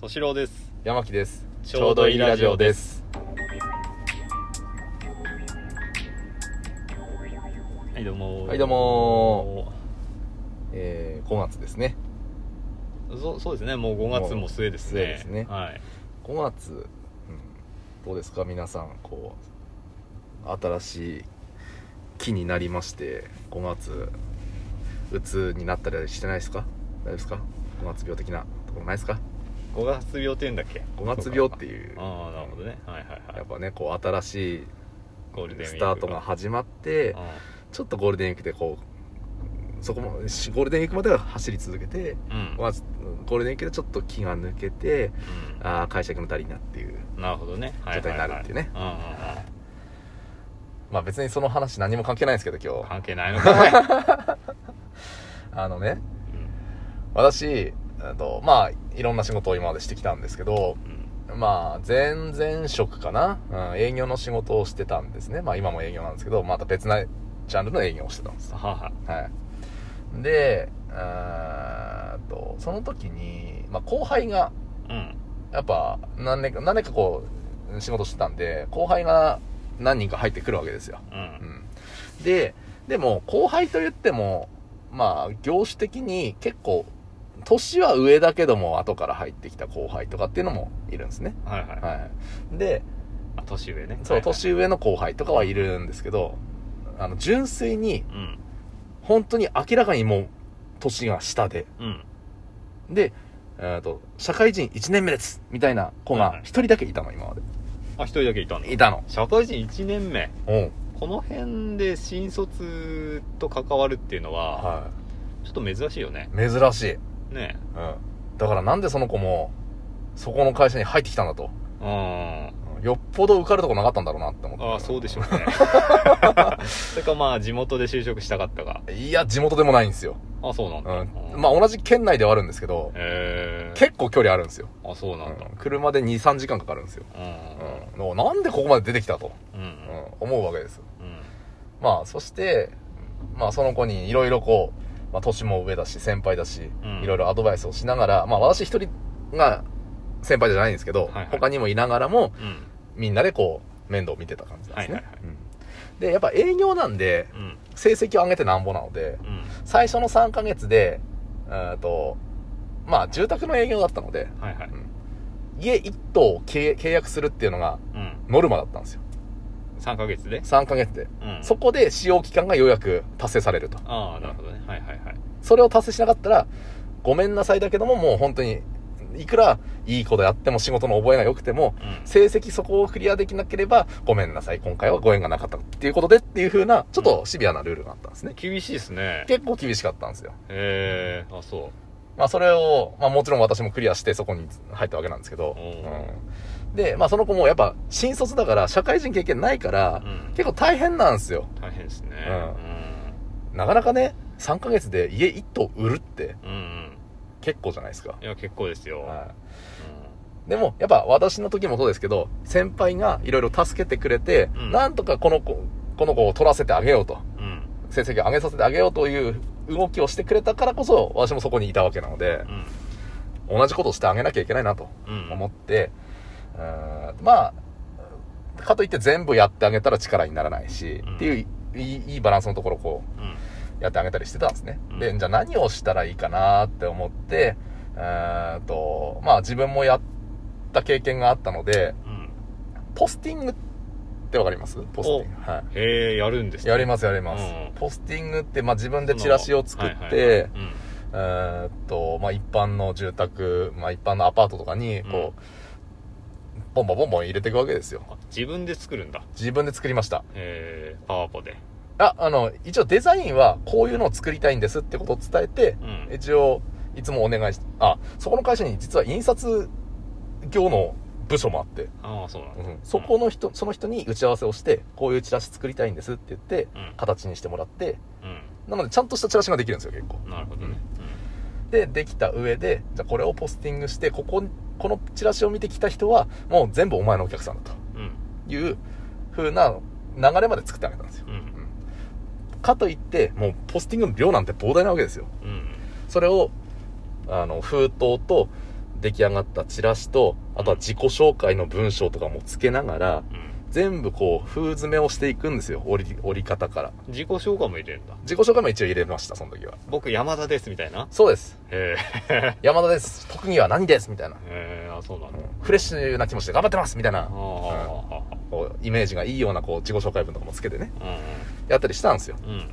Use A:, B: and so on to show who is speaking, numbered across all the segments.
A: 敏郎です
B: 山木です
A: ちょうどいいラジオですはいどうも
B: はいどうもえー、5月ですね
A: そうそうですねもう5月も末ですね
B: もう末ですね
A: はい
B: 5月、うん、どうですか皆さんこう新しい木になりまして5月うつになったりしてないですか大丈夫ですか5月病的なところないですか
A: 5月病って言うんだっけ
B: 5月病っていう
A: ああなるほどねはいはい
B: や
A: は
B: っ
A: い
B: ぱねこう新しい
A: ゴールデンウィ
B: ス
A: ーク
B: タートが始まってちょっとゴールデンウィークでこうそこもしゴールデンウィークまでは走り続けて
A: うん、
B: まあ、ゴールデンウィークでちょっと気が抜けて
A: うん
B: あー解釈の足りんなっていう
A: なるほどねはい
B: 状態になるっていうね
A: はいはいはいうんうんうん
B: まあ別にその話何も関係ないんですけど今日
A: 関係ないのかい、うん
B: あのね私あとまあいろんな仕事を今までしてきたんですけど
A: うん
B: まあ前々職かな、うん、営業の仕事をしてたんですねまあ今も営業なんですけどまた別なジャンルの営業をしてたんです
A: はは
B: はいでうーんとその時に、まあ、後輩が
A: うん
B: やっぱ何年か何年かこう仕事してたんで後輩が何人か入ってくるわけですよ、
A: う
B: うんん、ででも後輩といってもまあ業種的に結構年は上だけども後から入ってきた後輩とかっていうのもいるんですね、
A: はいはい、
B: はい、で
A: あ年上ね
B: そう
A: はいはい
B: 年上の後輩とかはいるんですけどあの純粋に
A: うん
B: 本当に明らかにもう年が下で
A: うん
B: で、えー、と社会人1年目ですみたいな子
A: はいは
B: が
A: い
B: 一人だけいたの今まで
A: あ一人だけいたんだ
B: いたの
A: 社会人1年目
B: うん
A: この辺で新卒と関わるっていうのは、
B: は
A: ちょっと珍しいよね
B: い珍しい、うん、
A: ね
B: だからなんでその子もそこの会社に入ってきたんだと
A: うん
B: うんよっぽど受かるとこなかったんだろうなって思って
A: ああそうで しょうねそれかまあ地元で就職したかったが
B: いや地元でもないんですよ、
A: あそうなん
B: う
A: だ、
B: ん、まあ同じ県内ではあるんですけど
A: へえ
B: 結構距離あるんですよ、
A: あそうなんだ
B: うん車で23時間かかるんですよ、
A: うん
B: うん、おなんでここまで出てきたと、
A: うんう
B: うん
A: ん
B: 思うわけです
A: うん
B: まあそしてまあその子にいろいろこう、まあ、年も上だし先輩だし
A: うん
B: いろいろアドバイスをしながらまあ私一人が先輩じゃないんですけど、
A: はいはい
B: 他にもいながらも
A: うん
B: みんなでこう面倒を見てた感じなんですね、
A: はいはいはい
B: うんでやっぱ営業なんで
A: うん
B: 成績を上げてなんぼなので
A: うん
B: 最初の3ヶ月でえーとまあ住宅の営業だったので
A: はいはい
B: 家1棟を契契約するっていうのが
A: うん
B: ノルマだったんですよ
A: 3ヶ月で
B: 3ヶ月で
A: うん
B: そこで使用期間がようやく達成されると
A: ああなるほどねはいはいはい
B: それを達成しなかったら、ごめんなさいだけども、もう本当に、いくらいい子であっても仕事の覚えが良くても、
A: うん
B: 成績そこをクリアできなければ、ごめんなさい、今回はご縁がなかったっていうことでっていう風な、ちょっとシビアなルールがあったんですね。
A: 厳しいですねへ
B: 結構厳しかったんですよ。
A: えあそ
B: まあそれを、まあもちろん私もクリアしてそこに入ったわけなんですけど、
A: う
B: うんで、まあその子もやっぱ新卒だから、社会人経験ないから
A: う、うん
B: 結構大変なんですよ。
A: 大変ですね
B: うんなかなかね、3ヶ月で家1棟売るって
A: うんうんうん
B: 結構じゃないですか。
A: いや結構ですよ、
B: はいでも、やっぱ私の時もそうですけど、先輩がいろいろ助けてくれて、
A: うん
B: なんとかこの子、この子を取らせてあげようと、
A: うんうん
B: 成績を上げさせてあげようという動きをしてくれたからこそ、私もそこにいたわけなので
A: う、ん
B: 同じことをしてあげなきゃいけないなと
A: うん
B: 思って、うーんまあ、かといって全部やってあげたら力にならないし、
A: うん
B: っていういいいいバランスのところをこう、
A: うん
B: やってあげたりしてたんですね。
A: うん
B: で、じゃあ何をしたらいいかなって思って、うーんと、まあ自分もやった経験があったので、
A: うん
B: ポスティングってわかりますポスティング。は
A: へえやるんです
B: い。やり
A: ま
B: ますやります。
A: うん
B: ポスティングって、まあ自分でチラシを作って、うーんと、まあ一般の住宅、まあ一般のアパートとかに、こう、ボンボンボンボン入れていくわけですよ。
A: 自分で作るんだ
B: 自分で作りました。
A: えー、パワポで
B: あ、あの、一応デザインはこういうのを作りたいんですってことを伝えて、
A: うん
B: 一応いつもお願いしあそこの会社に実は印刷業の部署もあって、
A: ああそうなんだ、
B: うんそこの人その人に打ち合わせをしてこういうチラシ作りたいんですって言って
A: うん
B: 形にしてもらって
A: うん、
B: なのでちゃんとしたチラシができるんですよ結構
A: なるほどね
B: でできた上でじゃあこれをポスティングしてこここのチラシを見てきた人はもう全部お前のお客さんだ
A: うんうん
B: という風な流れまで作ってあげたんですよ
A: うん
B: かといってもうポスティングの量なんて膨大なわけですよ
A: うん
B: それをあの封筒と出来上がったチラシと、あとは自己紹介の文章とかもつけながら、
A: うん
B: 全部こう、封詰めをしていくんですよ、折り、折り方から。
A: 自己紹介も入れるんだ
B: 自己紹介も一応入れました、その時は。
A: 僕山田ですみたいな
B: そうです。
A: へ
B: 山田です。特技は何ですみたいな。
A: えへえあそうなんだ
B: フレッシュな気持ちで頑張ってますみたいな
A: あ、あ
B: こうイメージがいいような、こう、自己紹介文とかもつけてね、
A: う
B: やったりしたんですよ。
A: んうん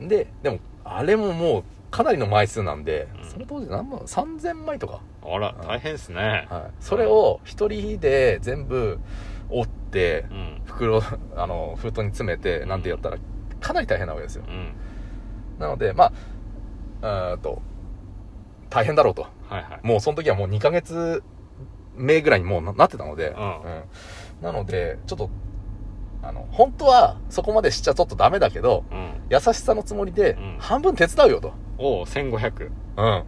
A: うん
B: で、でも、あれももう、かなりの枚数なんで、
A: うん
B: その当時何万 ?3000 枚とか。
A: あら大変っすね
B: はい。それを、一人で全部、折って
A: う、ん
B: 袋、 あの、封筒に詰めて、なんてやったら、かなり大変なわけですよ
A: う。ん
B: なので、まあ、うーんと、大変だろうと。
A: はいはい
B: もうその時はもう2ヶ月目ぐらいにもうななってたので、
A: うん
B: んなので、ちょっと、あの、本当はそこまでしちゃちょっとダメだけど、
A: うん
B: 優しさのつもりで
A: うん、
B: 半分手伝うよと。
A: おお1500
B: うん。
A: うん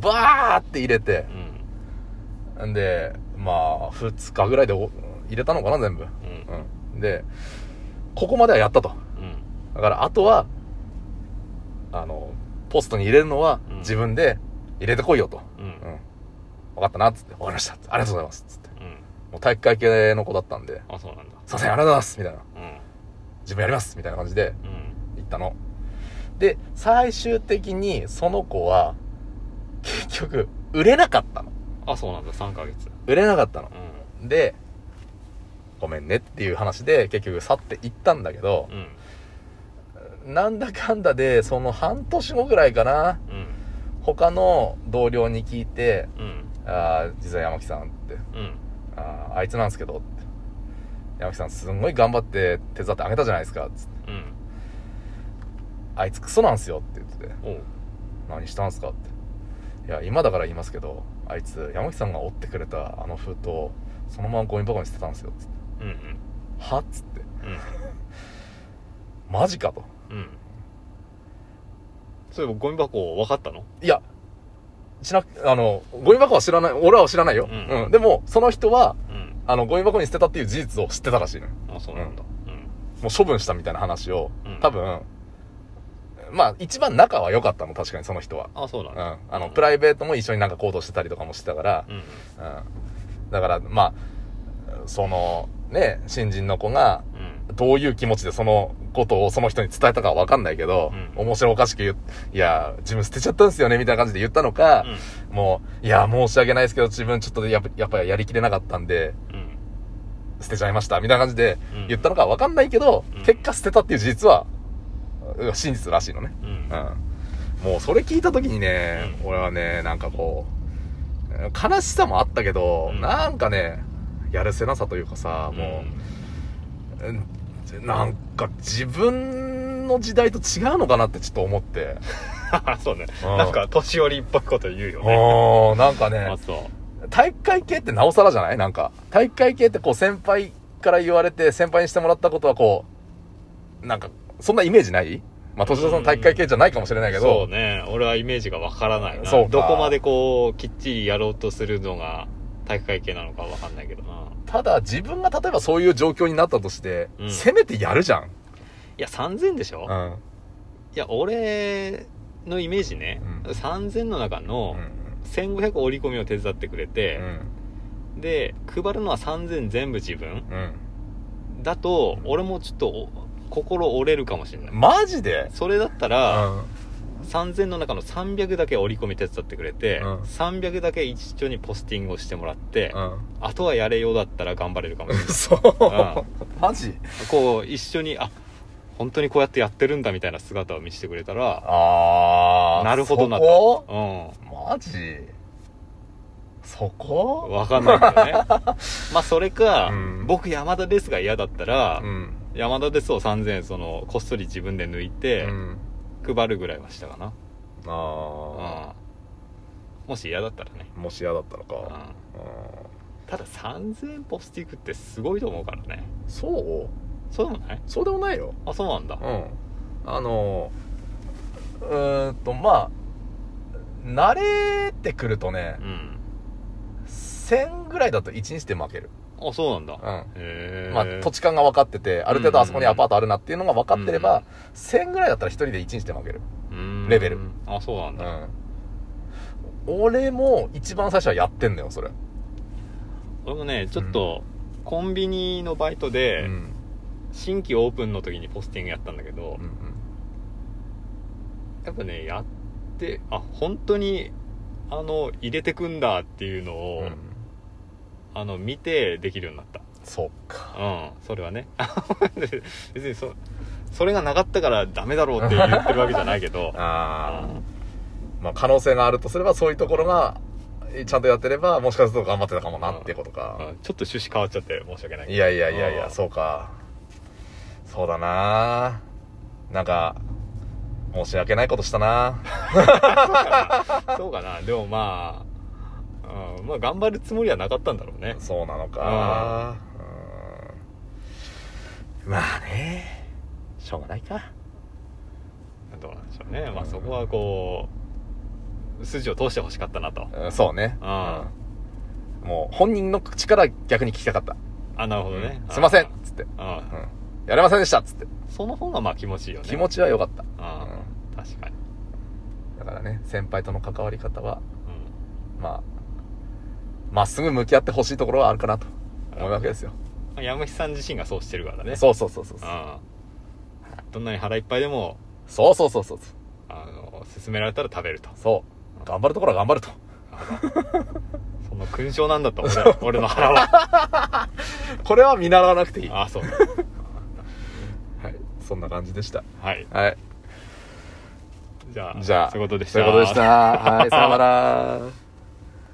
B: バーって入れて
A: う、ん
B: んで、まあ、2日ぐらいでお入れたのかな、全部。
A: うん
B: うん。で、ここまではやったと。
A: うん
B: だから、あとは、あの、ポストに入れるのは
A: うん
B: 自分で入れてこいよと。
A: う
B: うんん。分かったな、つって。わかりました。ありがとうございます。つって。
A: うん
B: もう体育会系の子だったんで、
A: あそうなんだ
B: すいません、ありがとうございますみたいな。
A: うん
B: 自分やりますみたいな感じで
A: うん
B: 行ったの。で、最終的にその子は、結局、売れなかったの。
A: あそうなんだ3ヶ月
B: 売れなかったの
A: う。ん
B: で、ごめんねっていう話で結局去って行ったんだけど、
A: うん
B: なんだかんだで、その半年後ぐらいかな、
A: うん
B: 他の同僚に聞いて、
A: うん
B: あー実は山木さんって、
A: うん
B: あーあいつなんですけどって、山木さんすんごい頑張って手伝ってあげたじゃないですか、つって
A: うん
B: あいつクソなんすよって言ってて、
A: おう
B: 何したんすかって。いや、今だから言いますけど、あいつ、山木さんが折ってくれたあの封筒、そのままゴミ箱に捨てたんですよ。つって
A: うんうん
B: はっつって。
A: うん
B: マジかと。
A: うんそういえばゴミ箱分かったの
B: いや、しなく、あの、ゴミ箱は知らない、俺らは知らないよ。
A: うん
B: でも、その人は、
A: うん
B: あの、ゴミ箱に捨てたっていう事実を知ってたらしいのよ。
A: あそうなんだうん
B: もう処分したみたいな話を
A: うん、
B: 多分、まあ、一番仲は良かったの、確かにその人は。
A: あそうな
B: うんん。
A: だ
B: あの、プライベートも一緒になんか行動してたりとかもしてたから、
A: うん
B: うんだから、まあ、その、ね、新人の子が、
A: うん
B: どういう気持ちでそのことをその人に伝えたかはわかんないけど、
A: うん
B: 面白おかしく言う、いや、自分捨てちゃったんですよね、みたいな感じで言ったのか、もう、いや、申し訳ないですけど、自分ちょっとやっぱやっぱりやりきれなかったんで、
A: うんうん
B: 捨てちゃいました、みたいな感じで
A: うん
B: 言ったのかはわかんないけど、
A: うん
B: 結果捨てたっていう事実は、うん真実らしいのね。
A: うん
B: うん。もうそれ聞いた時にね、俺はね、なんかこう、悲しさもあったけど、
A: うん
B: なんかね、やるせなさというかさ、もう、うんなんか自分の時代と違うのかなってちょっと思って。
A: うんそうね
B: うん
A: なんか年寄りっぽいこと言うよね
B: おーなんかね
A: あ、そう
B: 体育会系ってなおさらじゃないなんか、体育会系ってこう先輩から言われて、先輩にしてもらったことはこう、なんか、そんなイメージないまあ、年田さん体育会系じゃないかもしれないけ
A: そ
B: ど
A: う、ね俺はイメージがわからないな
B: そうか
A: どこまでこうきっちりやろうとするのが体育会系なのかわかんないけどな
B: ただ自分が例えばそういう状況になったとして、
A: うん
B: せめてやるじゃん。
A: いや3000でしょ
B: ん。
A: いや俺のイメージね
B: うん
A: 3000の中の
B: うん。
A: 1500折り込みを手伝ってくれて、で配るのは3000全部自分
B: うん。
A: だと俺もちょっとお心折れるかもしれない
B: マジで
A: それだった
B: う
A: ら、
B: ん。
A: 3000の中の300だけ折り込み手伝ってくれて、
B: うん
A: 300だけ一緒にポスティングをしてもらって、
B: うん。
A: あとはやれようだったら頑張れるかもし れない
B: 嘘。マジ
A: こう一緒にあ本当にこうやってやってるんだみたいな姿を見せてくれたら
B: あー。
A: なるほどな、
B: そことマジそ
A: うん、
B: こ
A: わかんないけどね まあそれか、
B: うん
A: 僕山田ですが嫌だったら、
B: ん。
A: 山田ですを3000そのこっそり自分で抜いて、
B: うん。
A: 配るぐらいはしたかな
B: あ
A: うんもし嫌だったらね、
B: ー。もし嫌だったの
A: う
B: か。
A: ん、
B: うん。
A: ただ3000ポスティックってすごいと思うからね
B: そう
A: そうでもない
B: そうでもないよ。
A: あそうなんだ
B: うん。あの、うーんと、まあ、慣れてくるとね
A: う、ん
B: 1000ぐらいだと1日で負ける。
A: あそうなんだ
B: うん。
A: へえ
B: まあ、土地勘が分かってて、ある程度あそこにアパートあるなっていうのが分かってれば、1000ぐらいだったら1人で1日で負ける。レベル
A: あそうなんだ
B: ん。俺も一番最初はやってんのよそれ、
A: 俺もねちょっとコンビニのバイト
B: うん
A: で
B: うん
A: 新規オープンの時にポスティングやったんだけど、
B: うん
A: やっぱねやってあ本当にあの入れてくんだっていうのを、
B: うん
A: あの見てできるようになった
B: そっか
A: うんそれはね 別にそそれがなかったからダメだろうって言ってるわけじゃないけど
B: あーまあ可能性があるとすればそういうところがえちゃんとやってればもしかすると頑張ってたかもなってことか、
A: うんちょっと趣旨変わっちゃって申し訳ない
B: いやいやいやいうや、
A: ん
B: そうか。そうだななんか、申し訳ないことしたな
A: そうかなでもまあ、うん、まあ頑張るつもりはなかったんだろうね
B: そうなのか。うーんまあね、しょうがないか。
A: どうなんでしょうねまあそこはこう筋を通してほしかったなと
B: うんそうね。う
A: あ
B: んもう、本人の口から逆に聞きたかった。
A: あなるほどね、
B: うんすいませんっつって。
A: うん、
B: うんやれませんでしたっつって。
A: その方がまあ気持ちいいよね
B: 気持ちは良かった。
A: ああ
B: うん
A: 確かに、
B: だからね、先輩との関わり方は、
A: う
B: まあ、まっすぐ向き合ってほしいところはあるかなと思うわけですよ。
A: んまあ、やむひさん自身がそうしてるからね
B: そうそうそうそうそう。
A: ああどんなに腹いっぱいでも
B: そうそうそうそうそう。
A: あの勧められたら食べると
B: そう。頑張るところは頑張ると。
A: その勲章なんだと俺 は俺の腹は
B: これは見習わなくていい。
A: あ
B: は
A: あそう
B: い。そんな感じでした。
A: はい
B: はい。
A: じゃあ
B: じゃあ、
A: そういうことでした
B: そういうことでした。はい、さよなら。